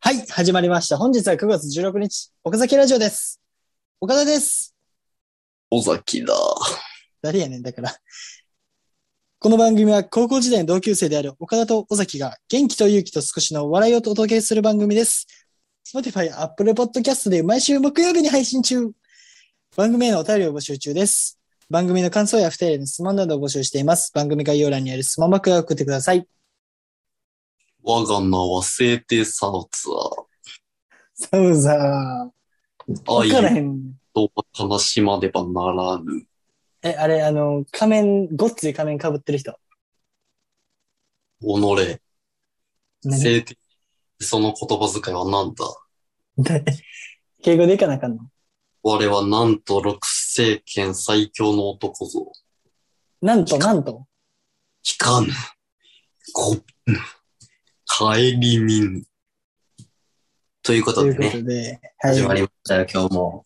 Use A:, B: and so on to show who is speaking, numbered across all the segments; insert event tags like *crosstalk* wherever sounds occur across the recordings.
A: はい、始まりました。本日は9月16日、岡崎ラジオです。岡田です。
B: 尾崎だ。
A: 誰やねん、だから。この番組は高校時代の同級生である岡田と尾崎が元気と勇気と少しの笑いをお届けする番組です。Spotify、Apple Podcast で毎週木曜日に配信中。番組へのお便りを募集中です。番組の感想や不定への質問などを募集しています。番組概要欄にある質問箱を送ってください。
B: 我が名は聖帝サウツ
A: サウザ
B: ア。
A: ー。わから
B: 愛
A: へん。
B: と悲しまねばならぬ。
A: え、あれ、あの、仮面、ごっつい仮面被ってる人。
B: 己。
A: 何
B: 聖帝。その言葉遣いは何だ
A: で敬語でいかなあかんの
B: 我はなんと六聖剣最強の男ぞ。
A: なんとなんと。
B: 聞かぬ。こ、帰り見ぬ。ということ
A: という
B: で
A: こ
B: ね、
A: とで、
B: 始ま
A: は
B: りましたよ、今日も。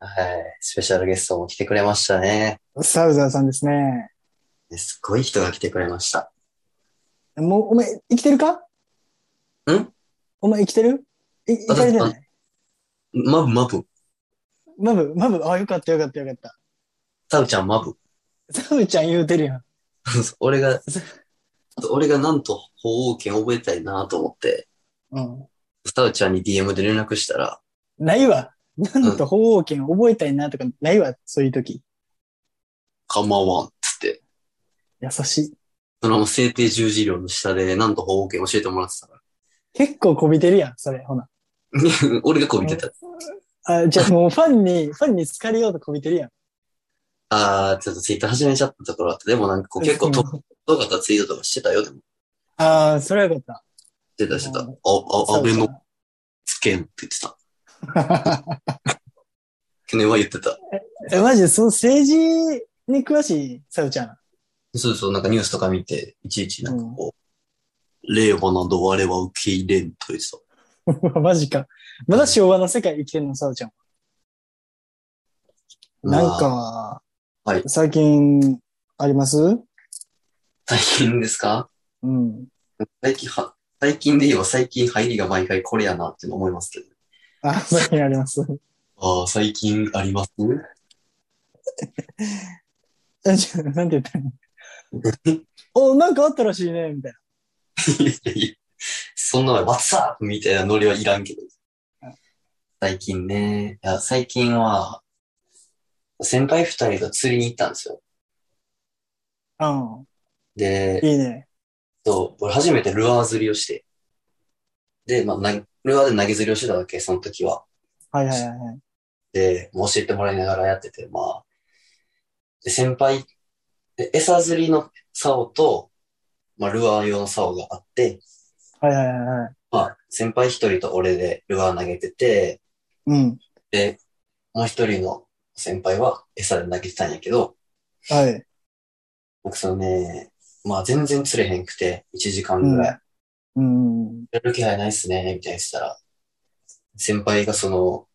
B: はい。スペシャルゲストも来てくれましたね。
A: い。サウザーさんですね。
B: すごい人が来てくれました。
A: もう、お前、生きてるか
B: ん
A: お前、生きてるい、生かれてない
B: マブマブ。
A: マブ、マブ、あ、よかったよかったよかっ
B: タウちゃんマブ。
A: た。サウちゃん言うてるやん。
B: *laughs* 俺が、俺がなんと法王権覚えたいなと思って、
A: うん。
B: タウちゃんに DM で連絡したら、
A: ないわ。なんと、法王権覚えたいなとか、ないわ、そういう時。
B: 構わんっつって、
A: 優しい。
B: そのまま制定十字量の下でなんと法王権教えてもらってたか
A: 結構こびてるやん、それ、ほな。
B: ら。 *laughs* 俺がこう見てた。
A: あ、
B: *laughs*
A: じゃあもうファンに、ファンに好かれようとこびてるやん。
B: あー、ちょっとツイッター始めちゃったところあって、でもなんかこう結構トップかったツイートとかしてたよ、でも。
A: ああ、それはよかった。
B: してたしてた。あ、
A: うん
B: あ、安倍
A: サ
B: の
A: ウ
B: つけんって言ってた。
A: ザー
B: 去年は言ってた。
A: え、マジで、その政治に詳しい、サウちゃん。
B: そうそう、なんかニュースとか見て、いちいちなんかこう、令和など我は受け入れんと言ってた。
A: う *laughs* わマジか。まだ昭和の世界生きてんの、サウちゃん。なん
B: まあ、
A: か、
B: はい
A: 最近、あります
B: 最近ですか
A: うん。
B: 最近は、最近で言えば最近入りが毎回これやなって思いますけど。
A: あ、最近あります。 *laughs*
B: ああ、最近あります
A: えちょなんて言った
B: *laughs*
A: のお、なんかあったらしいね、みたい
B: いやいや *laughs* そんなの、ワッツアップみたいなノリはいらんけど。最近ね、いや、最近は、先輩二人が釣りに行ったんですよ。
A: な。うん。
B: で、
A: いいね。
B: そう、俺初めてルアー釣りをして。で、まあ、なルアーで投げ釣りをしてたわけ、その時は。
A: はいはいはいはい。
B: で、もう教えてもらいながらやってて、まあ、で先輩、で餌釣りの竿と、まあ、ルアー用の竿があって、
A: はいはいはいはい。
B: まあ、先輩一人と俺でルアー投げてて、
A: うん。
B: で、もう一人の先輩は餌で投げてたんやけど、
A: はい。
B: 僕そのね、まあ全然釣れへんくて、1時間ぐらい、
A: うん。
B: 釣れる気配ないっすね、みたいにしたら、先輩がその、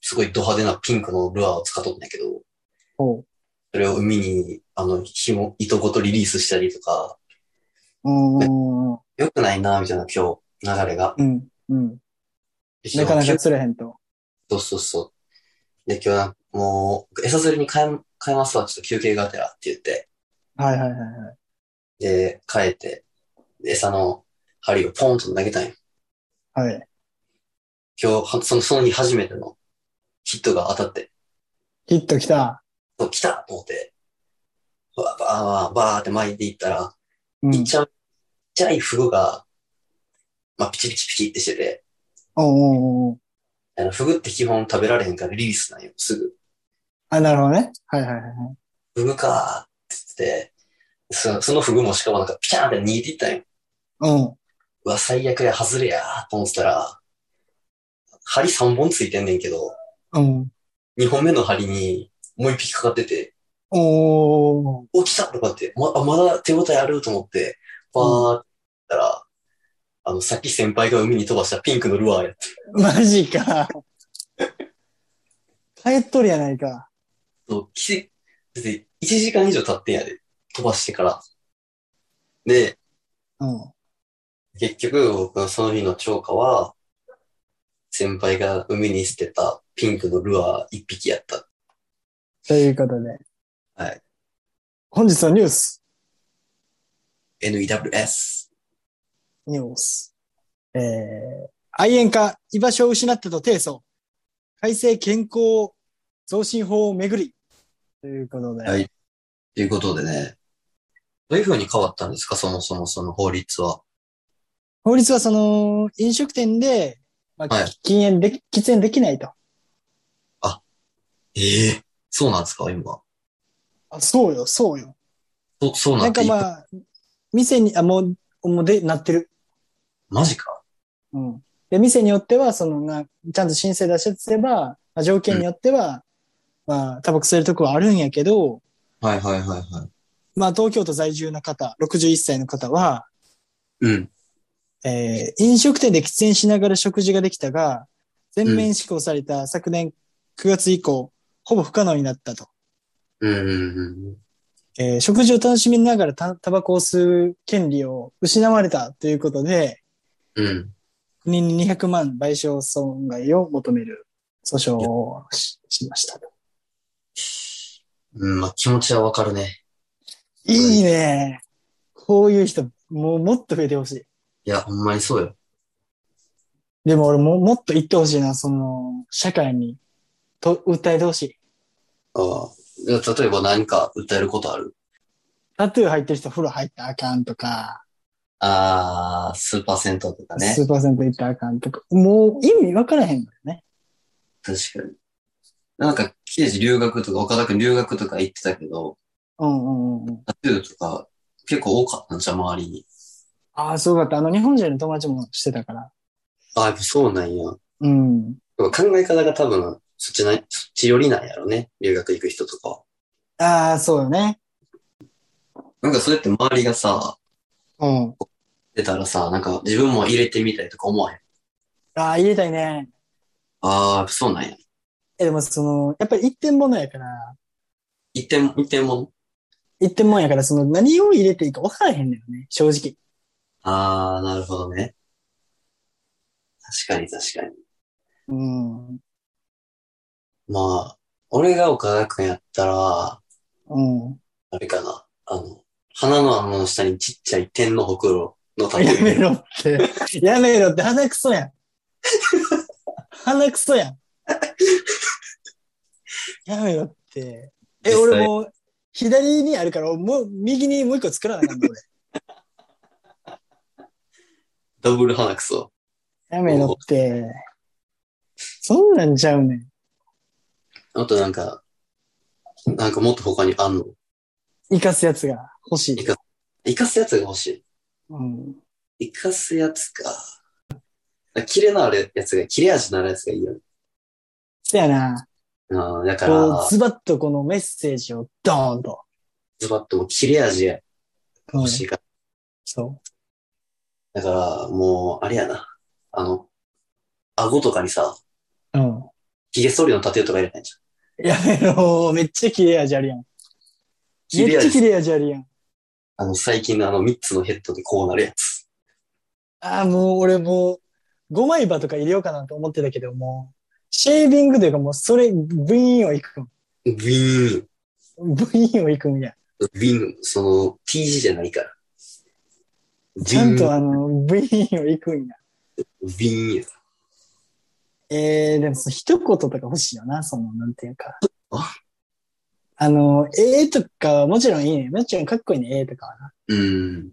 B: すごいド派手なピンクのルアーを使っとったんやけど、
A: ほ
B: それを海に、あの、紐、糸ごとリリースしたりとか、
A: う。うん。うん
B: 良くないな、みたいな今日、流れが。
A: うん。うん。なかなか釣れへんと。
B: そうそうそう。で、今日な、もう、餌釣りに変え、変えますわ、ちょっと休憩がてらって言って、
A: はいはいはい
B: で、変えて、で餌の針をポンと投げたんよ。
A: はい。はい。
B: 今日、はその、その日初めてのヒットが当たって、
A: ヒットきた。
B: そう、来たと思って、バーバーバーバーって巻いていったら、
A: うん
B: いっ。ちゃう、ちっちゃいフグが、まあ、ピチピチピチってしてて、
A: おうおうおう
B: あの、フグって基本食べられへんからリリースなんよ、すぐ。
A: あ、なるほどね。はいはいはいはい。
B: フグかーって言ってて、そそのフグもしかもなんかピチャーンって逃げていったんよ。
A: うん。
B: うわ、最悪や、外れやーと思ってたら、針3本ついてんねんけど、
A: うん。
B: 2本目の針にもう1匹かかってて、
A: おー。
B: お、来たとかって、ま、あまだ手応えあると思って、バーって言ったら、あの、さっき先輩が海に飛ばしたピンクのルアーやって。
A: マジか。帰っとるやないか。
B: そう、きだって1時間以上経ってんやで、飛ばしてから。で、
A: うん。
B: 結局、僕はその日の釣果は、先輩が海に捨てたピンクのルアー一匹やった。
A: ということで。
B: はい。
A: 本日のニュース、
B: NEWS。
A: ニュース。えー、愛煙家、居場所を失ったと提訴。改正健康増進法をめぐり。ということで。
B: はいということでね。どういう風に変わったんですかそもそもその法律は。
A: 法律はその、飲食店で、まあ
B: はい
A: 禁煙でき、喫煙できないと。
B: ええそうなんですか今。
A: あ、そうよ、そうよ。
B: そそうな
A: なん
B: んて
A: か
B: いい
A: まあ、店に、あ、もう、もうで、なってる。
B: マジか。
A: うん。で、店によっては、そのな、ちゃんと申請出しすれば、まあ、条件によっては、まあ、タバコ吸えるとこはあるんやけど、
B: はいはいはいはい。
A: まあ、東京都在住の方、61歳の方は、
B: うん。
A: えー飲食店で喫煙しながら食事ができたが、全面施行された昨年9月以降、ほぼ不可能になったと。
B: うんうんうん。
A: えー食事を楽しみながらたタバコを吸う権利を失われたということで、
B: うん。
A: 国に200万賠償損害を求める訴訟をししました。
B: うん、まあ気持ちはわかるね。
A: いいね。こういう人、もうもっと増えてほしい。
B: いや、ほんまにそうよ。
A: でも俺ももっと言ってほしいな、その、社会に、と、訴えてほしい。
B: ああ。例えば何か訴えることある
A: タトゥー入ってる人風呂入ったらあかんとか、
B: ああ、スーパー銭湯とかね
A: ス。ーパーセント行ったらあかんとか、もう意味わからへんのよね。
B: 確かに。なんか、刑事留学とか、岡田君留学とか行ってたけど、
A: うんうんうんうん。
B: タトゥーとか結構多かったんじゃん、周りに。
A: ああ、すごかった。あの、日本人の友達もしてたから。
B: ああ、やっぱそうなんや。
A: うん。
B: でも考え方が多分、そっちない、そっち寄りなんやろね。留学行く人とかは。
A: ああ、そうよね。
B: なんかそれって周りがさ、
A: うん。
B: 出たらさ、なんか自分も入れてみたいとか思わへん。
A: ああ、入れたいね。
B: ああ、そうなんや。
A: え、でもその、やっぱり一点物やから、
B: 一点、一点もん。
A: 一点物やから、その何を入れていいか分からへんのよね、正直。
B: ああ、なるほどね。確かに確かに。
A: うん。
B: まあ、俺が岡田くんやったら、
A: うん。
B: あれかな。あの、鼻の穴の下にちっちゃい点のほくろのタトゥ
A: や
B: ー
A: め *laughs* ろ
B: *laughs*
A: って。やめろって、鼻くそやん。鼻くそやん。やめろって。え、
B: 実際
A: 俺もう、左にあるから、もう、右にもう一個作らなあかんの、俺。
B: ダブル鼻くそ。
A: やめろって。そんなんちゃうねん。
B: あとなんか、なんかもっと他にあんの。
A: 生かすやつが欲しい。
B: 生かすやつが欲しい。
A: うん。
B: 生かすやつか。キレのあるやつが、切れ味のあるやつがいいよね。
A: そやな。
B: あーだか
A: こう、
B: ら、
A: ズバッとこのメッセージをドーンと。
B: ズバッともう切れ味が欲しいか
A: そ
B: ら。だから、もう、あれやな。あの、顎とかにさ、
A: う。うん。
B: 髭剃りのタトゥーとか入れないじゃん。
A: やめろ、めっちゃ切れ味あるやん。め
B: 切れ
A: っちゃ
B: 味
A: 切。れ味あるやん。
B: あの、最近のあの3つのヘッドでこうなるやつ。
A: ああ、もう俺もう、5枚刃とか入れようかなと思ってたけど、もう、シェービングというかもう、それ、ブイーンをいくん。
B: ビーン。
A: ブイーンをいくんや。
B: ビーン。その、T 字じゃないから。ビ
A: ちゃんと
B: ーン。
A: あの、ブイーンをいくんや。
B: ビーンや。
A: えー、でもその一言とか欲しいよな、その、なんていうか
B: あ。
A: あの、ええとかはもちろんいいね。もちろんかっこいいね、ええとかはな。
B: うん。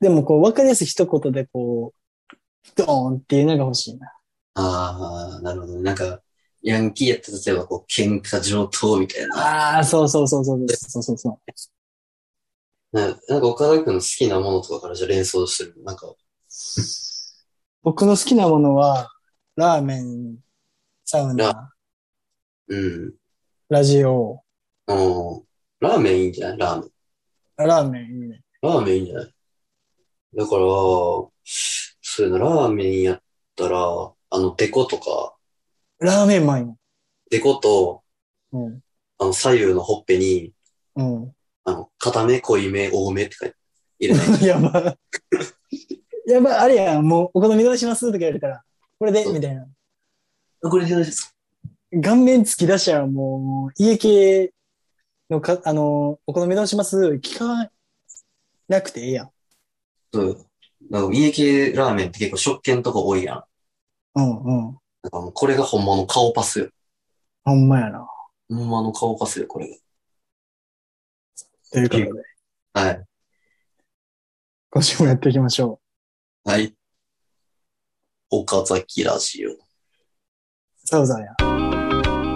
A: でもこう、わかりやすい一言でこう、ドーンっていうのが欲しいな。
B: ああ、なるほどね。なんか、ヤンキーやったら例えば、こう、喧嘩上等みたいな。
A: ああ、そうそうそうそうそうそうそう。
B: ななんか、岡田君の好きなものとかからじゃあ連想する。なんか、
A: 僕の好きなものは、ラーメン、サウナ、
B: うん。
A: ラジオ、
B: あのラーメンいいんじゃないラーメン。
A: ラーメンいいね。
B: ラーメンいいんじゃないだから、そういうの、ラーメンやったら、あの、デコとか、
A: ラーメンマン。
B: デコと、
A: うん。
B: あの、左右のほっぺに、
A: うん。 *laughs*
B: あの、片目、濃い目、多めって書いて、入れない。
A: やば。 *laughs* やばい、あれやん、もうお好みどうしますとか言われたら、これで、
B: そう
A: みたいな。
B: これで大丈夫ですか
A: 顔面突き出したらもう、家系のか、あの、お好みどうします聞かなくてええやん。
B: そう。なんか三重系ラーメンって結構食券とか多いやん。
A: うんうん。
B: なんかもうこれがほんまの顔パスよ。
A: ほんまやな。
B: ほんまの顔パスよ、これ
A: ということで、
B: が。はい。
A: 今週もやっていきましょ
B: はい。岡崎ラジオ。
A: う。サウザーや。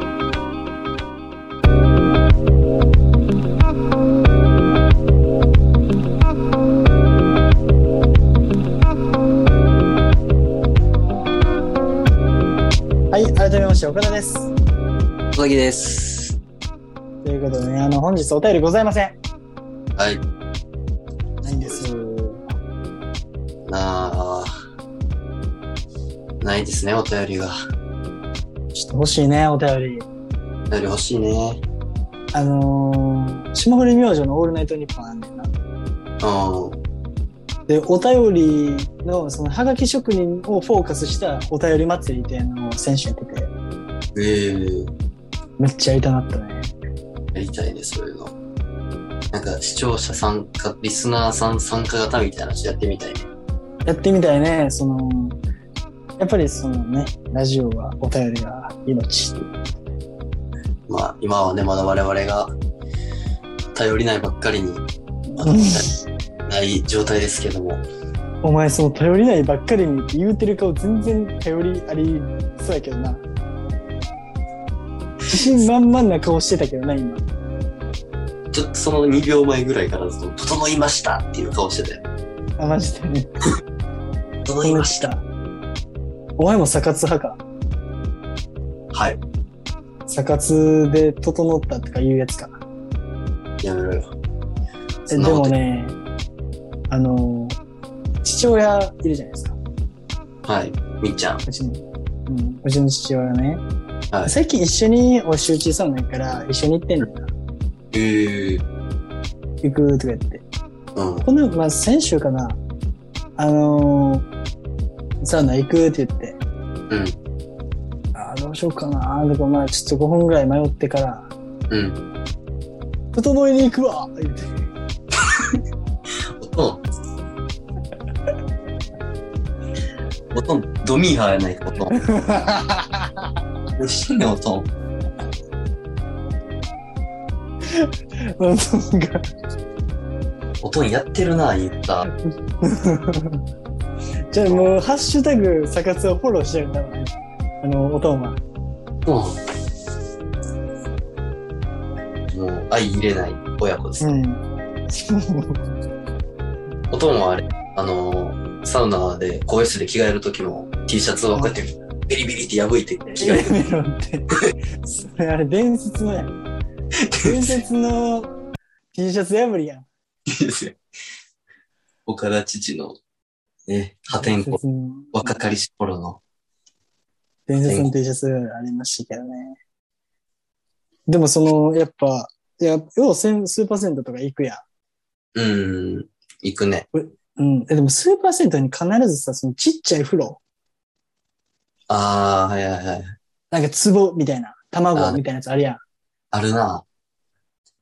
A: はい、改めまして、岡田です。
B: 岡崎です。
A: ということでね、あの、本日お便りございません。
B: はい。
A: ないんです。
B: なあ。ないですね、お便りが。
A: ちょっと欲しいね、お便り。
B: お便り欲しいね。
A: あのー、霜降り明星のオールナイトニッポンなんだよな。
B: う
A: で、お便りの、その、はがき職人をフォーカスしたお便り祭りっていうのを選手やってて、
B: ん。ええ
A: めっちゃ痛なったね。
B: やりたいね、そういうの。なんか、視聴者参加、リスナーさん参加型みたいなのやってみたいね。
A: やってみたいね、その、やっぱりそのね、ラジオはお便りが命。
B: まあ、今はね、まだ我々が頼りないばっかりに、まだ
A: うん
B: ない状態ですけども。
A: お前その頼りないばっかりにって言うてる顔全然頼りありそうやけどな。自信満々な顔してたけどな、今。
B: ちょっとその2秒前ぐらいからずっと、整いましたっていう顔してて。
A: あ、マジでね。
B: 整いました。
A: お前もサカツ派か。
B: はい。
A: サカツで整ったとかいうやつか。
B: やめろ
A: え
B: よ。
A: で
B: そんなこと
A: もね、あの、父親いるじゃないですか。
B: はい。みっちゃん。
A: うちの、うん、うちの父親ね。
B: はい
A: 最近一緒にお仕打ちそうなんから、一緒に行ってんのよな。
B: えー、
A: 行くとか言って。
B: うん。
A: この、まあ、先週かな。あのーサウナ行くって言って。
B: うん。
A: あーどうしようかなとか、まあ、ちょっと5分ぐらい迷ってから、
B: うん。
A: 整いに行くわ言って。
B: おと *laughs* ん。おとん、ドミーハーやないか、おとん。 *laughs* 美味しいね、おとん。
A: *laughs* なんか
B: おとんやってるな、言った。
A: じゃあもう、ハッシュタグ、サカツをフォローしてるんだろうね。あの、おとんは。
B: うん。もう、相入れない親子です
A: う
B: ね。
A: ん。
B: おとんはあれ、あのーサウナで、更衣室で着替える時も、T シャツをこうやって、ビリビリって破いて着替え
A: や
B: る。
A: めろって。それあれ、伝説のやん。伝説の T シャツ破りやん。
B: 岡田父の、ね、破天荒
A: 伝、説の
B: 若かりし頃の、
A: 伝説の T シャツありましたけどね。でもその、やっぱ、いや、要はせんスーパーセントとか行くやん。
B: うん、行くね。
A: うん。えでもスーパーセントに必ずさ、そのちっちゃい風呂、
B: ああ、はいはいはい。
A: なんか壺みたいな、卵
B: あ
A: みたいなやつあるやん。
B: あるな。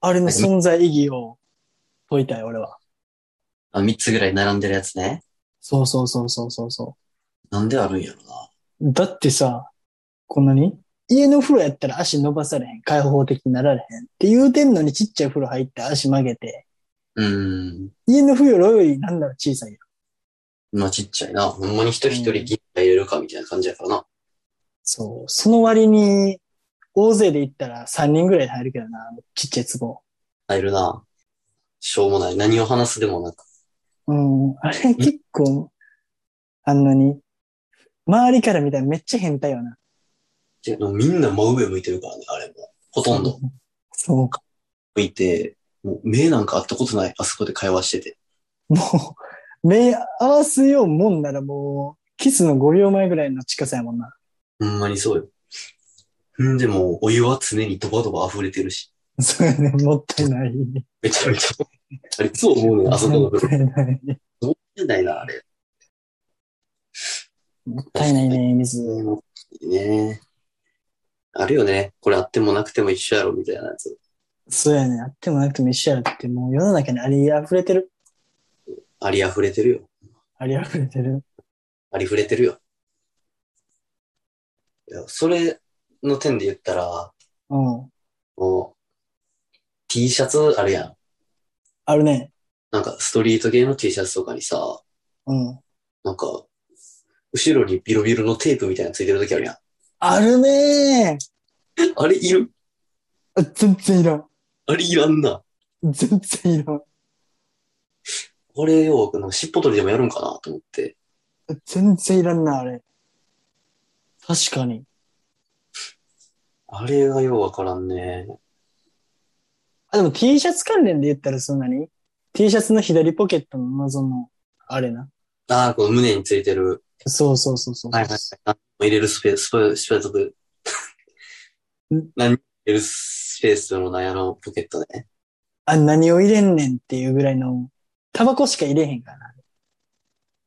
A: あれの存在意義を解いたい、俺は。
B: あ、3つぐらい並んでるやつね。
A: そうそうそうそうそうそ
B: なんであるんやろな。
A: う。だってさ、こんなに家の風呂やったら足伸ばされへん。開放的になられへん。って言うてんのにちっちゃい風呂入って足曲げて。
B: うん。
A: 家の風呂よりなんなら小さいやん。
B: まあちっちゃいな。ほんまに一人一人銀貨入れるかみたいな感じやからな。
A: そう。その割に、大勢で行ったら3人ぐらいで入るけどな、ちっちゃい壺。
B: 入るな。しょうもない。何を話すでもなく。
A: うん。あれ結構、あんなに、周りから見たらめっちゃ変態よな。
B: でもみんな真上向いてるからね、あれも。ほとんど。
A: そう。
B: 向いて、もう目なんかあったことない。あそこで会話してて。
A: もう、目合わせようもんならもう、キスの5秒前ぐらいの近さやもんな。
B: ほんまにそうよ。んでも、お湯は常にドバドバ溢れてるし。
A: そうやね、もったいない。
B: *laughs* めちゃめちゃ。あれ、いつも思うねんあそこの
A: も
B: 部
A: った
B: 分。
A: いない。
B: ないな、あれ。
A: もったいないね、水。
B: ねあるよね。これあってもなくても一緒やろ、みたいなやつ。
A: そうやね。あってもなくても一緒やろって、もう世の中にあり溢れてる。
B: あり溢れてるよ。
A: あり溢れてる。
B: ありふれてるよ。いや、それの点で言ったら、
A: うん。
B: もう、T シャツあるやん。
A: あるね。
B: なんか、ストリート系の T シャツとかにさ、
A: うん。
B: なんか、後ろにビロビロのテープみたいなのついてる時あるやん。
A: あるね
B: あれいる
A: あ全然いらん。
B: あれいらんな。
A: 全然いらん。
B: あれよ、なんか尻尾取りでもやるんかなと思って。
A: 全然いらんな、あれ。確かに。
B: あれがようわからんね。
A: あ、でも T シャツ関連で言ったらそんなに ?T シャツの左ポケットの謎の、あれな。
B: ああ、この胸についてる。
A: そうそうそうそう。
B: はいはい。何も入れるスペース、スペース、スペース、
A: ん
B: 何も入れるスペースのなんやのポケットね。
A: あ、何を入れんねんっていうぐらいの、タバコしか入れへんからな。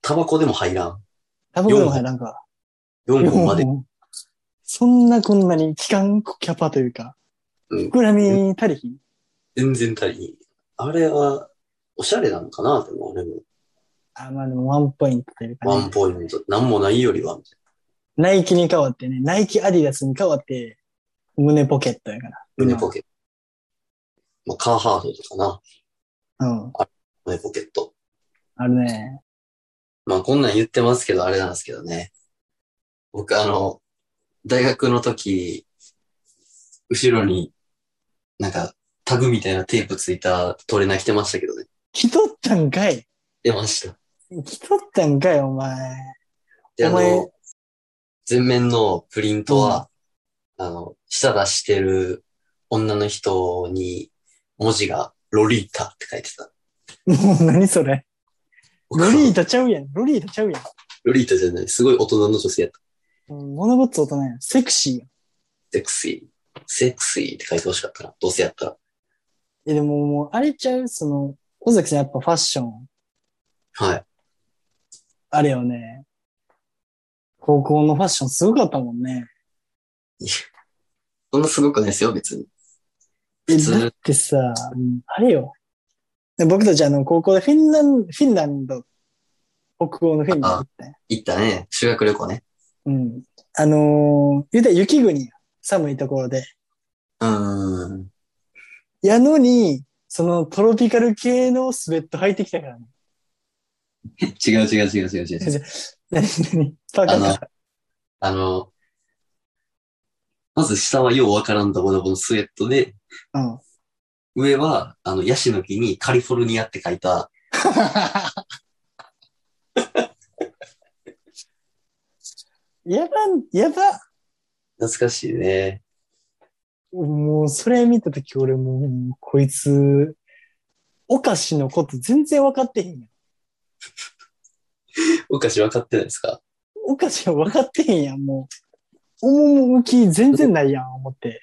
B: タバコでも入らん。
A: タバコでも入らんか。
B: 4本まで。
A: 4そんなこんなに期間キャパというか、
B: うん
A: 膨らみ足りひん。
B: 全然足りん。あれは、おしゃれなのかなでも、あれも。
A: あ、まあでもワンポイントというか、
B: ワ
A: ね
B: ン。ポイント。何もないよりは。
A: ナイキに変わってね、ナイキアディダスに変わって、胸ポケットやから。
B: 胸ポケット。まあ、カーハートとかな。
A: うん。
B: 胸ポケット。
A: あるね。
B: まあ、こんなん言ってますけど、あれなんですけどね。僕、あの、大学の時、後ろに、なんか、タグみたいなテープついたトレーナー着てましたけどね。
A: 着とったんかい。
B: 出ました。
A: 着とったんかい、お前。 *laughs*
B: で、あ
A: お前
B: の、前面のプリントは、あの、舌出してる女の人に、文字が、ロリータって書いてた。
A: もう何それ。
B: 僕
A: ロリータちゃうやん。ロリータちゃうやん。
B: ロリータじゃない。すごい大人の女性やった。
A: うん物ごっつ大人やん。セクシーやん。
B: セクシー。セクシーって書いてほしかったな。どうせやったら。
A: え、でももう、あれちゃうその、尾崎さんやっぱファッション、
B: はい。
A: あれよね。高校のファッションすごかったもんね。
B: そんなすごくないですよ、別に。
A: え、
B: 普通
A: だってさ、うんあれよ。で僕たちあの、高校でフィンランド、フィンランド、北欧のフィンランドって。
B: 行ったね。修学旅行ね。
A: うん。あのー言うたら雪国や。寒いところで。
B: うーん。
A: やのに、そのトロピカル系のスウェット履いてきたからね。
B: 違う違う違う違う違う。
A: 何何パーカーか
B: あのあの、まず下はようわからんとこのこのスウェットで、
A: うん。
B: 上は、あの、ヤシの木にカリフォルニアって書いた、
A: やば、やば。
B: 懐かしいね。
A: もう、それ見たとき俺もう、こいつ、お菓子のこと全然分かってへんやん。
B: お菓子分かってないですか
A: お菓子分かってへんやん、もう。趣全然ないやん、思って。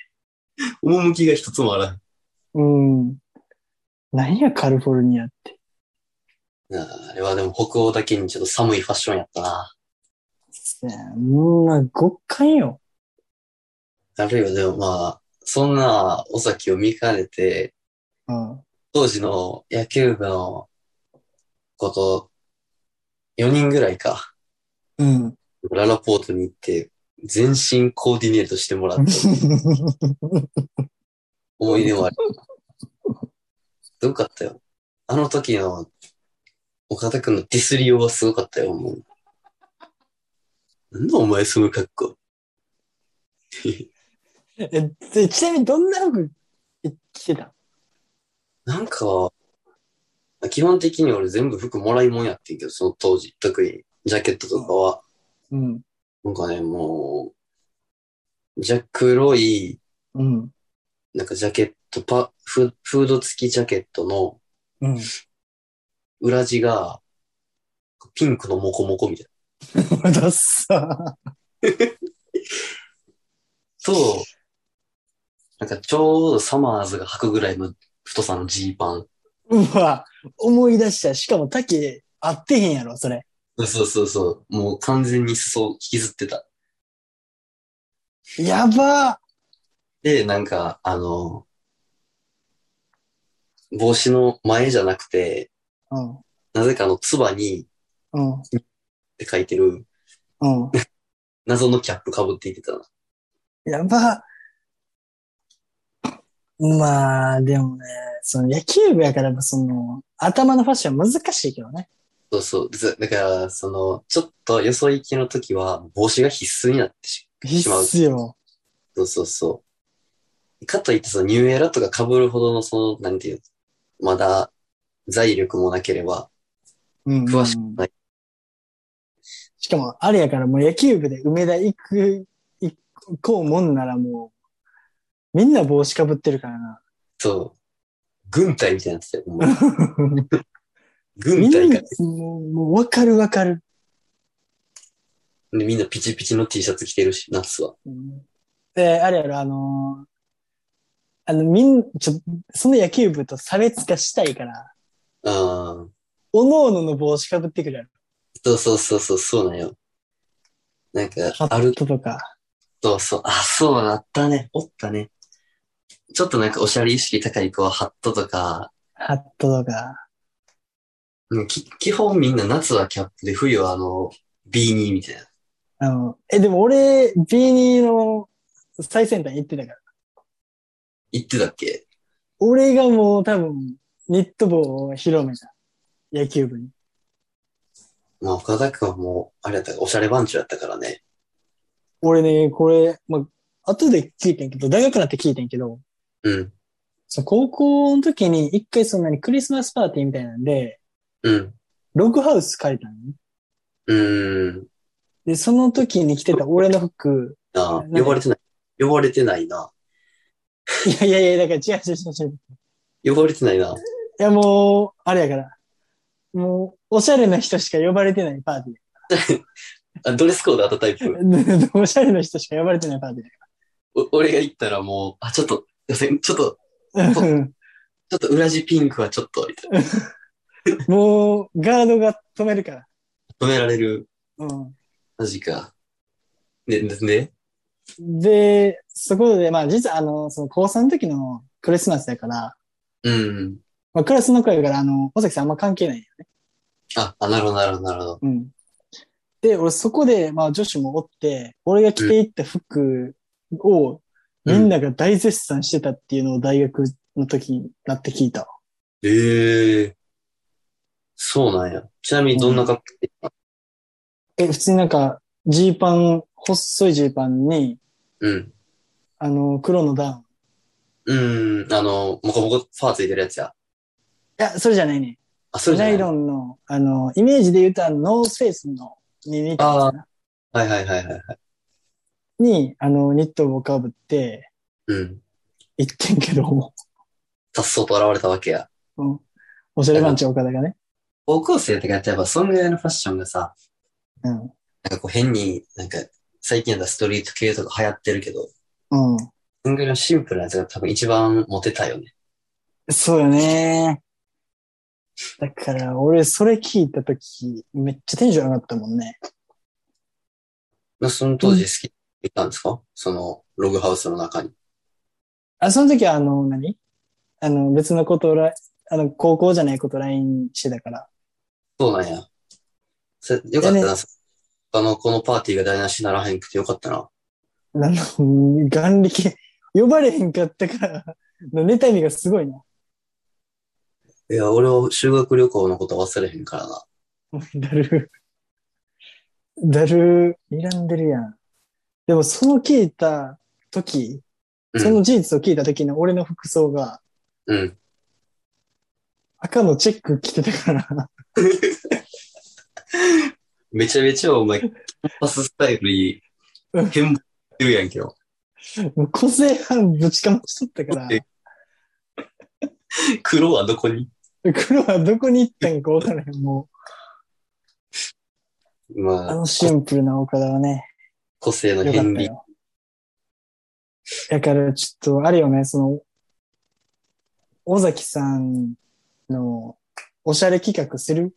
B: 趣が一つもあらん。
A: うん。なんや、カリフォルニアって。
B: なああれはでも北欧だけにちょっと寒いファッションやったな。
A: もうな、極寒よ。
B: あるいはでもまあ、そんなお酒を見かねて、
A: うん。
B: 当時の野球部のこと、4人ぐらいか、
A: うん。 *laughs*
B: ララポートに行って、全身コーディネートしてもらった思い出もある。すごかったよ。あの時の、岡田くんのディスりようはすごかったよ、もう。なんだお前その格好。
A: えでちなみにどんな服着てた
B: なんか、基本的に俺全部服もらいもんやってんけど、その当時、特にジャケットとかは。
A: うん。
B: なんかね、もう、ジャックロイ、
A: うん。
B: なんかジャケット、パ、フフード付きジャケットの
A: うん。
B: 裏地が、ピンクのモコモコみたいな。
A: だっさ。
B: と、なんかちょうどサマーズが履くぐらいの太さのジーパン。
A: うわ、思い出した。しかも、竹、合ってへんやろ、それ。
B: そうそうそうそう。もう完全に裾を引きずってた。
A: やば
B: で、なんか、あの、帽子の前じゃなくて、
A: うん、
B: なぜかあの、つばに
A: うん、
B: って書いてる
A: うん。
B: 謎のキャップ被っていってたな。
A: やば。まあ、でもね、その野球部やから、その、頭のファッションは難しいけどね。
B: そうそう。ずだから、その、ちょっとよそ行きの時は帽子が必須になってし
A: 必須よ。
B: そうそうそう。かといって、そのニューエラとか被るほどの、その、なんていう、まだ財力もなければ、
A: うん、
B: 詳しくない。
A: しかも、あれやから、もう野球部で梅田行く、行こうもんならもう、みんな帽子かぶってるからな。
B: そう。軍隊みたいになってたよ。ほんまに
A: み
B: 軍隊
A: んな
B: が、、
A: もう、もうわかるわかる。
B: でみんなピチピチの T シャツ着てるし、夏は。
A: で、あれやろ、あのーあの、みん、ちょ、その野球部と差別化したいから、
B: ああ、
A: おのおのの帽子かぶってくるやろ。
B: そうそうそうそう、そうなんよ。なんか、
A: ハ
B: ある
A: ットとか。
B: そうそう。あ、そうなったね。おったね。ちょっとなんかおしゃれ意識高い子はハットとか、
A: ハットとか。
B: うんき基本みんな夏はキャップで、冬はあの、ビーニーみたい
A: あ
B: な。
A: の、え、でも俺、ビーニーの最先端行ってたから。
B: 言ってたっけ
A: 俺がもう多分、ニット帽を広めた。野球部に。
B: まあ、岡田くんはもう、あれやったから、おしゃれ番長やったからね。
A: 俺ね、これ、まあ、後で聞いてんけど、大学になって聞いてんけど、
B: うん、
A: その高校の時に一回そんなにクリスマスパーティーみたいなんで、
B: うん、
A: ログハウス借りたのね。
B: うーん。
A: で、その時に着てた俺の服、
B: ああ、
A: なんか
B: 呼ばれてない。呼ばれてないな。
A: いやいやいや、だから違う違う違う違う。い
B: 呼ばれてないな。
A: やもう、あれやから。もう、おしゃれな人しか呼ばれてないパーティー。
B: あドレスコードあったタイ *laughs* プ。
A: *laughs* おしゃれな人しか呼ばれてないパーテ
B: お俺が行ったらもう、あ、ちょっと、すいませんちょっと、
A: ィーうん。
B: ちょっと裏地ピンクはちょっと、みたいな。
A: もう、ガードが止めるから。
B: 止められる。
A: う
B: マジか。で、ですね。
A: ん。で、そこで、まあ実はあの、その高3の時のクリスマスやから、
B: うん。
A: まあクラスの子やから、あの、尾崎さんあんま関係ないんよね。
B: あ、あ、なるほど、なるほど、なるほど。
A: うん。で、俺そこで、まあ女子もおって、俺が着ていった服を、みんなが大絶賛してたっていうのを大学の時になって聞いたわ。
B: ええそうなんや。ちなみにどんな格好で、
A: え、普通になんか、ジーパン、細いジーパンに、
B: うん、
A: あの、黒のダウン。い
B: うん。あの、もこもこファーついてるやつや。
A: や、それじゃないね。
B: あ、それじゃ
A: ナ
B: ない
A: イロンの、あの、イメージで言うと、あの、ノースフェイスの、に似たやつかな
B: はいはいはいはいはい。
A: に、あの、ニットをかぶって、
B: うん。
A: 行ってんけど、
B: さっそうと現れたわけや。
A: うんおしゃれ番長岡田がね。
B: 高校生とかってやっぱそんぐらいのファッションがさ、
A: うん。
B: なんかこう変に、なんか最近やったらストリート系とか流行ってるけど、
A: うん。
B: そんぐらいのシンプルなやつが多分一番モテたよね。
A: そうよね。だから、俺、それ聞いたとき、めっちゃテンション上がったもんね。
B: まあその当時好きだったんですか、そのログハウスの中に。
A: あ、その時は、あの、何あの、別のことをラ、あの、高校じゃないこと LINE してたから。
B: そうなんや。それよかった
A: いや
B: な。あの、このパーティーが台無しにならへんくてよかったな。
A: あの、眼力、 *laughs* 呼ばれへんかったから、の妬みがすごいな。
B: いや、俺は修学旅行のこと忘れへんからな。
A: だる、だる、睨んでるやん。でもその聞いた時、
B: うん
A: その事実を聞いた時の俺の服装が
B: うん。
A: 赤のチェック着てたから、 *laughs*
B: めちゃめちゃお前、キャンパススタイルに
A: うん
B: 変貌してるやんけど。
A: もう個性半ぶちかましとったか
B: え *laughs* 黒はどこに
A: ら、黒はどこに行ったんかわからへん、もう。
B: ま
A: あ
B: あ、
A: のシンプルな岡田はね、
B: 個性の
A: よか
B: 変
A: った
B: 理。
A: よ。だからちょっと、あれよね、その、尾崎さんのおしゃれ企画する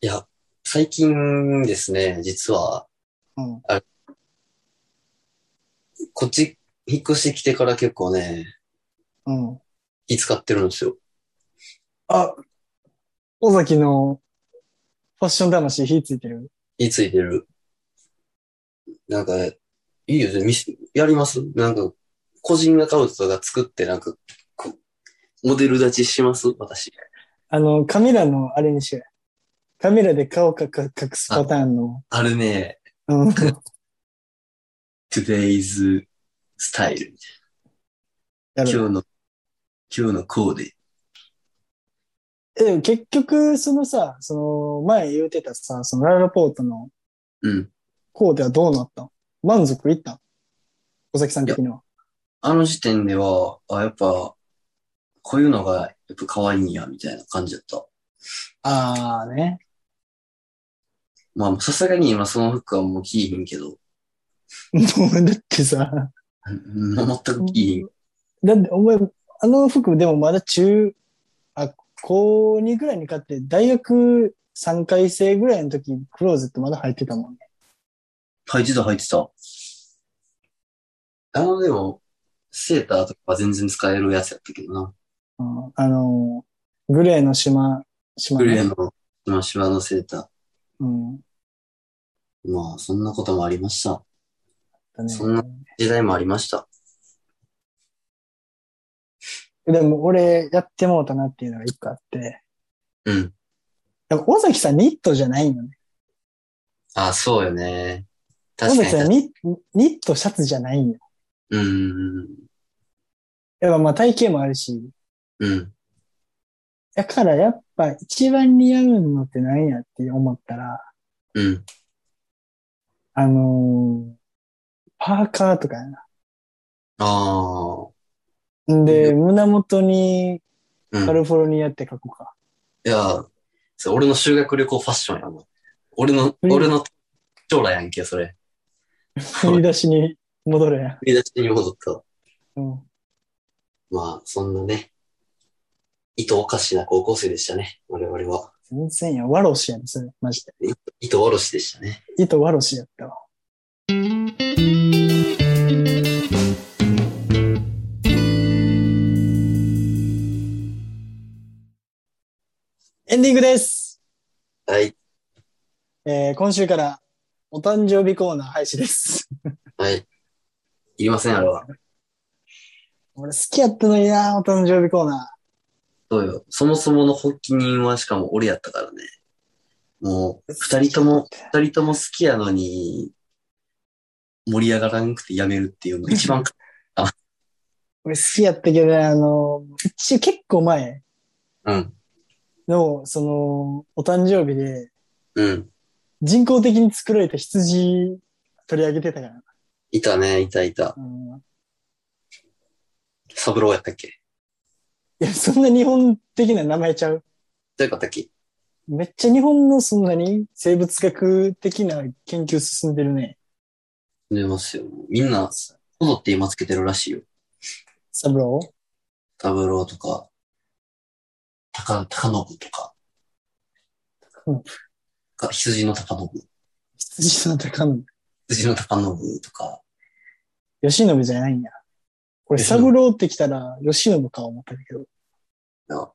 B: いや、最近ですね、実は、
A: うん。
B: こっち、引っ越してきてから結構ね、
A: うん。
B: 気使ってるんですよ。
A: あ、尾崎のファッション魂火ついてる。
B: 気ついてる。なんか、いいよね、見せやりますなんか、個人アカウントが作って、なんか、こうモデル立ちします私。
A: あの、カメラのあれにしようやカメラで顔かか隠すパターンの。
B: あるね、 *laughs*
A: うん。
B: today's style.
A: や
B: 今日
A: る。
B: の、今日のコーデ。
A: えでも結局、そのさ、その前言うてたさ、そのララポートの
B: うん。
A: コーデはどうなったん満足いったん尾崎さん的には。
B: あの時点では、あ、やっぱ、こういうのが、やっぱ可愛いんや、みたいな感じだった。
A: ああね。
B: まあ、さすがに今その服はもう着いひんけど、
A: もう *laughs* だってさ、
B: うん全く着いひん。
A: だってお前、あの服でもまだ中、あ、高2ぐらいに買って、大学3回生ぐらいの時、クローゼットまだ入ってたもんね。
B: 履いてた、履いてた。あの、でも、セーターとかは全然使えるやつやったけどな。
A: うん、あの、グレーの島、島
B: グ
A: ね、
B: レーの、シワシワのセータ
A: うん。
B: ー。まあ、そんなこともありました。
A: だね
B: そんな時代もありました。
A: でも俺、やってもうたなっていうのが一個あって。
B: うん。
A: やっぱ尾崎さんニットじゃないよね。
B: あ、そうよね。
A: 尾
B: 確か
A: 崎
B: に
A: さん
B: 確か
A: ニニットシャツじゃないんよ。
B: に。うん。
A: やっぱまあ体型もあるし。
B: うん。
A: だからやっぱ一番似合うのって何やって思ったら、
B: うん。
A: あのーパーカーとかやな。
B: ああ。
A: んで、胸元に
B: うん。
A: カルフォルニアって書こうか。
B: いや、それ俺の修学旅行ファッションやもん。俺の、
A: うん
B: 俺の将来やんけ、それ。
A: 振り出しに戻れや。
B: 振り出しに戻った。
A: うん。
B: まあ、そんなね、糸おかしな高校生でしたね。我々は。
A: 全然や。ワロシやん、それ。マジで。
B: 糸おろしでしたね。
A: 糸ワロシやったわ。エンディングです。
B: はい。
A: えー今週からお誕生日コーナー廃止です。 *laughs*
B: はい。言いません、あれは。
A: 俺好きやったのにな、お誕生日コーナ
B: そうよ。そもそもの発起人はしかも俺やったからね。もう、二人とも、二人とも好きやのに、盛り上がらなくてやめるっていうのが一番か、
A: ー。俺好きやったけどね、あの、一応結構前
B: *laughs* うん。
A: の、その、お誕生日で
B: うん。
A: 人工的に作られた羊取り上げてたからな。
B: いたね、いたいた。
A: うん、い
B: サブローやったっけ
A: や、そんな日本的な名前ちゃう。
B: どういうことっけ
A: めっちゃ日本のそんなに生物学的な研究進んでるね。
B: 出ますよ。みんな、トドって今つけてるらしいよ。
A: サブロー
B: タブローとか、タカ、タカノブとか。
A: ノ
B: か羊のタカノブ。
A: 羊の高野。
B: 羊のタカノブとか。
A: 吉信じゃないんや。俺、
B: 吉
A: サ
B: 信
A: ブローって来たら、吉信か思ったけど、
B: いや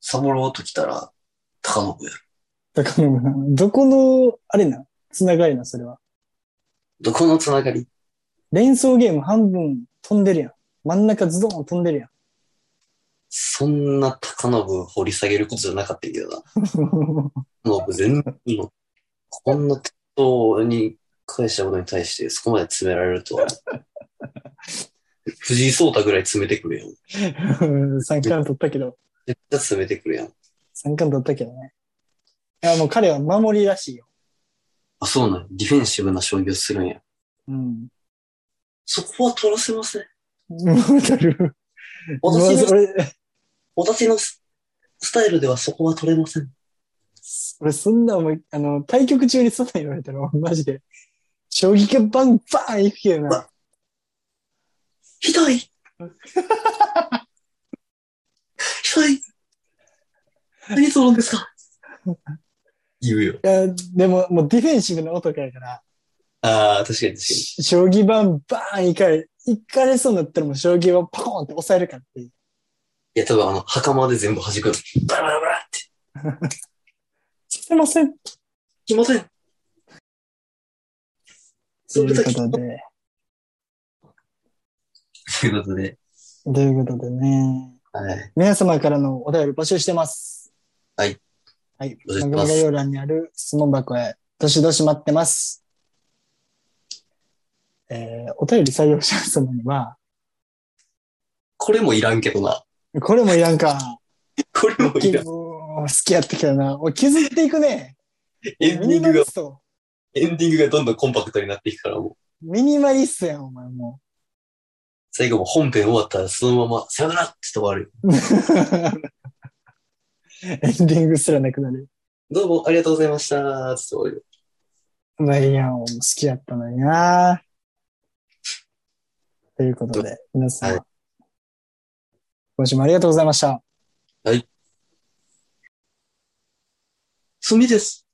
B: サボローと来たら、タカノブやろ。
A: 高信な。どこの、あれな、つながりな、それは。
B: どこのつながり
A: 連想ゲーム半分飛んでるやん。真ん中ズドン飛んでる *laughs* やん。
B: そんなタカノブ掘り下げることじゃなかったけどな。もう全然、もうこんな適当に返したことに対して、そこまで詰められるとは。 *laughs* 藤井聡太ぐらい詰めてくるやん。めっ
A: 三冠取ったけど、
B: ちゃ詰めてくるやん。
A: 三冠取ったけどね。いや、もう彼は守りらしいよ。
B: あ、そうなんやディフェンシブな将棋をするんや。
A: うん。
B: そこは取らせません。
A: わかる。
B: 私
A: 俺
B: の、
A: 俺、
B: 私のススタイルではそこは取れません。
A: 俺そんな思い、あの、対局中にそんな言われたら、マジで、将棋がバンバーン行くけどな。
B: ひどいひどい何するんですか言うよ。
A: や、でも、もうディフェンシブな男やから、
B: ああ、確かに確かに。
A: し将棋盤バーンいかれ、いかれそうになったらもう将棋盤パコーンって押さえるからっていう。
B: いや、多分あの、袴で全部弾くよ。バラバラバラって。
A: すいません。
B: すいません。
A: と
B: そう
A: い
B: いう
A: うこ
B: 時
A: とで、
B: ということで。
A: ということでね。
B: はい。
A: 皆様からのお便り募集してます。
B: はい。
A: はい。
B: 募集
A: 番
B: して
A: 組
B: ます
A: 概要欄にある質問箱へ、どしどし待ってます。えー、お便り採用者様には、
B: これもいらんけどな。
A: これもいらんか。
B: これ *laughs* もいらん。
A: 好きやってきたな。おい削っていく
B: *laughs*
A: ね。
B: エンデ
A: ミ
B: ィ
A: ニ
B: ン
A: マ
B: グ
A: リ
B: が、
A: スト。
B: エンディングがどんどんコンパクトになっていくから、もう。
A: ミニマリストやん、お前
B: *laughs*
A: も
B: 最後も本編終わったらそのまま、さよならって終わる。
A: う。エンディングすらなくなる。
B: どうもありがとうございました。って終わるよ。
A: まあいいやん、好きやったのにな。ということで、皆さん、
B: はい
A: 今週もありがとうございました。
B: すみです。